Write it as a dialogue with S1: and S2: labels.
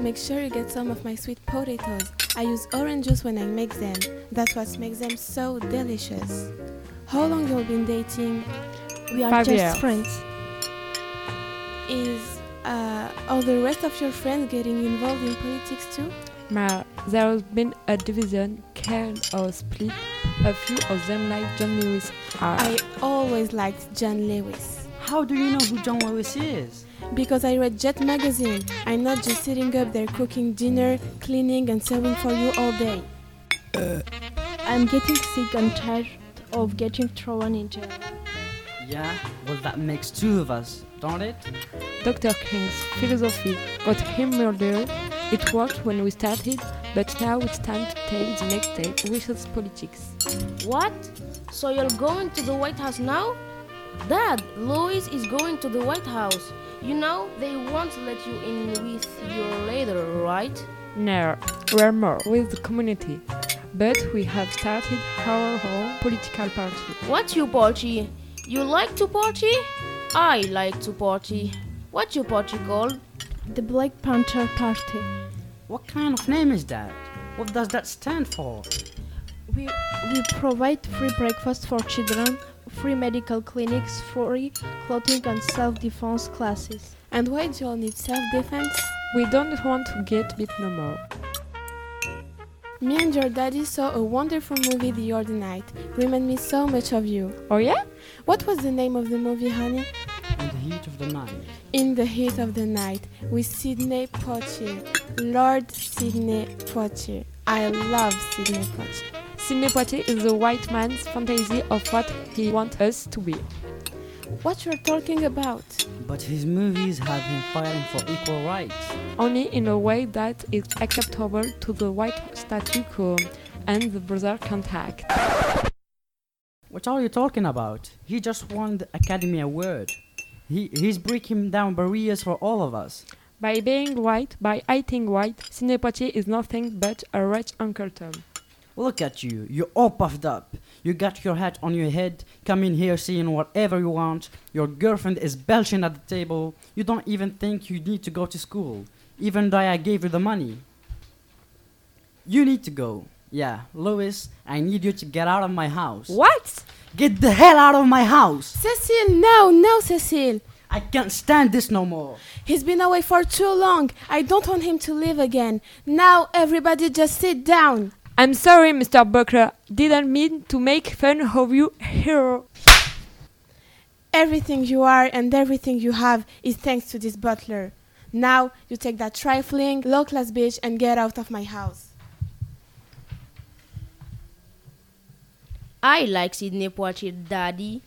S1: Make sure you get some of my sweet potatoes. I use orange juice when I make them. That's what makes them so delicious. How long you been dating?
S2: We are
S3: Five
S2: just
S3: years.
S2: friends.
S1: Is uh, all the rest of your friends getting involved in politics too?
S3: Now, there has been a division, can or split. A few of them like John Lewis are.
S1: I always liked John Lewis
S4: How do you know who John Lewis is?
S1: because I read Jet magazine. I'm not just sitting up there cooking dinner, cleaning, and serving for you all day.
S2: Uh, I'm getting sick and tired of getting thrown into.
S4: Yeah, well, that makes two of us, don't it?
S3: Dr. King's philosophy got him murdered. It worked when we started, but now it's time to take the next step, which is politics.
S5: What? So you're going to the White House now? Dad, Louis is going to the White House. You know, they won't let you in with your leader, right?
S3: Now, we're more with the community, but we have started our own political party.
S5: What you party? You like to party? I like to party. What you party called?
S2: The Black Panther Party.
S4: What kind of name is that? What does that stand for?
S2: We, we provide free breakfast for children, free medical clinics, free clothing and self-defense classes.
S1: And why do you all need self-defense?
S3: We don't want to get beat no more.
S1: Me and your daddy saw a wonderful movie the other night. Remind me so much of you.
S3: Oh yeah?
S1: What was the name of the movie, honey?
S4: In the heat of the night.
S1: In the Heat of the Night with Sidney Poitier. Lord Sidney Poitier. I love Sidney Poitier.
S3: Sydney Poitier is the white man's fantasy of what he wants us to be.
S1: What you're talking about?
S4: But his movies have him fighting for equal rights.
S3: only in a way that is acceptable to the white statu quo and the brother contact.
S4: What are you talking about? He just won the Academy Award. He, he's breaking down barriers for all of us.
S3: By being white, by hating white, Sidney Poitier is nothing but a rich Uncle Tom.
S4: Look at you, you're all puffed up. You got your hat on your head, come in here seeing whatever you want. Your girlfriend is belching at the table. You don't even think you need to go to school, even though I gave you the money. You need to go. Yeah, Louis, I need you to get out of my house.
S3: What?
S4: Get the hell out of my house!
S1: Cecile, no, no, Cecile.
S4: I can't stand this no more.
S1: He's been away for too long. I don't want him to leave again. Now, everybody just sit down.
S3: I'm sorry, Mr. Buckler. Didn't mean to make fun of you, hero.
S1: Everything you are and everything you have is thanks to this butler. Now, you take that trifling, low class bitch and get out of my house.
S5: I like Sydney Poitier, Daddy.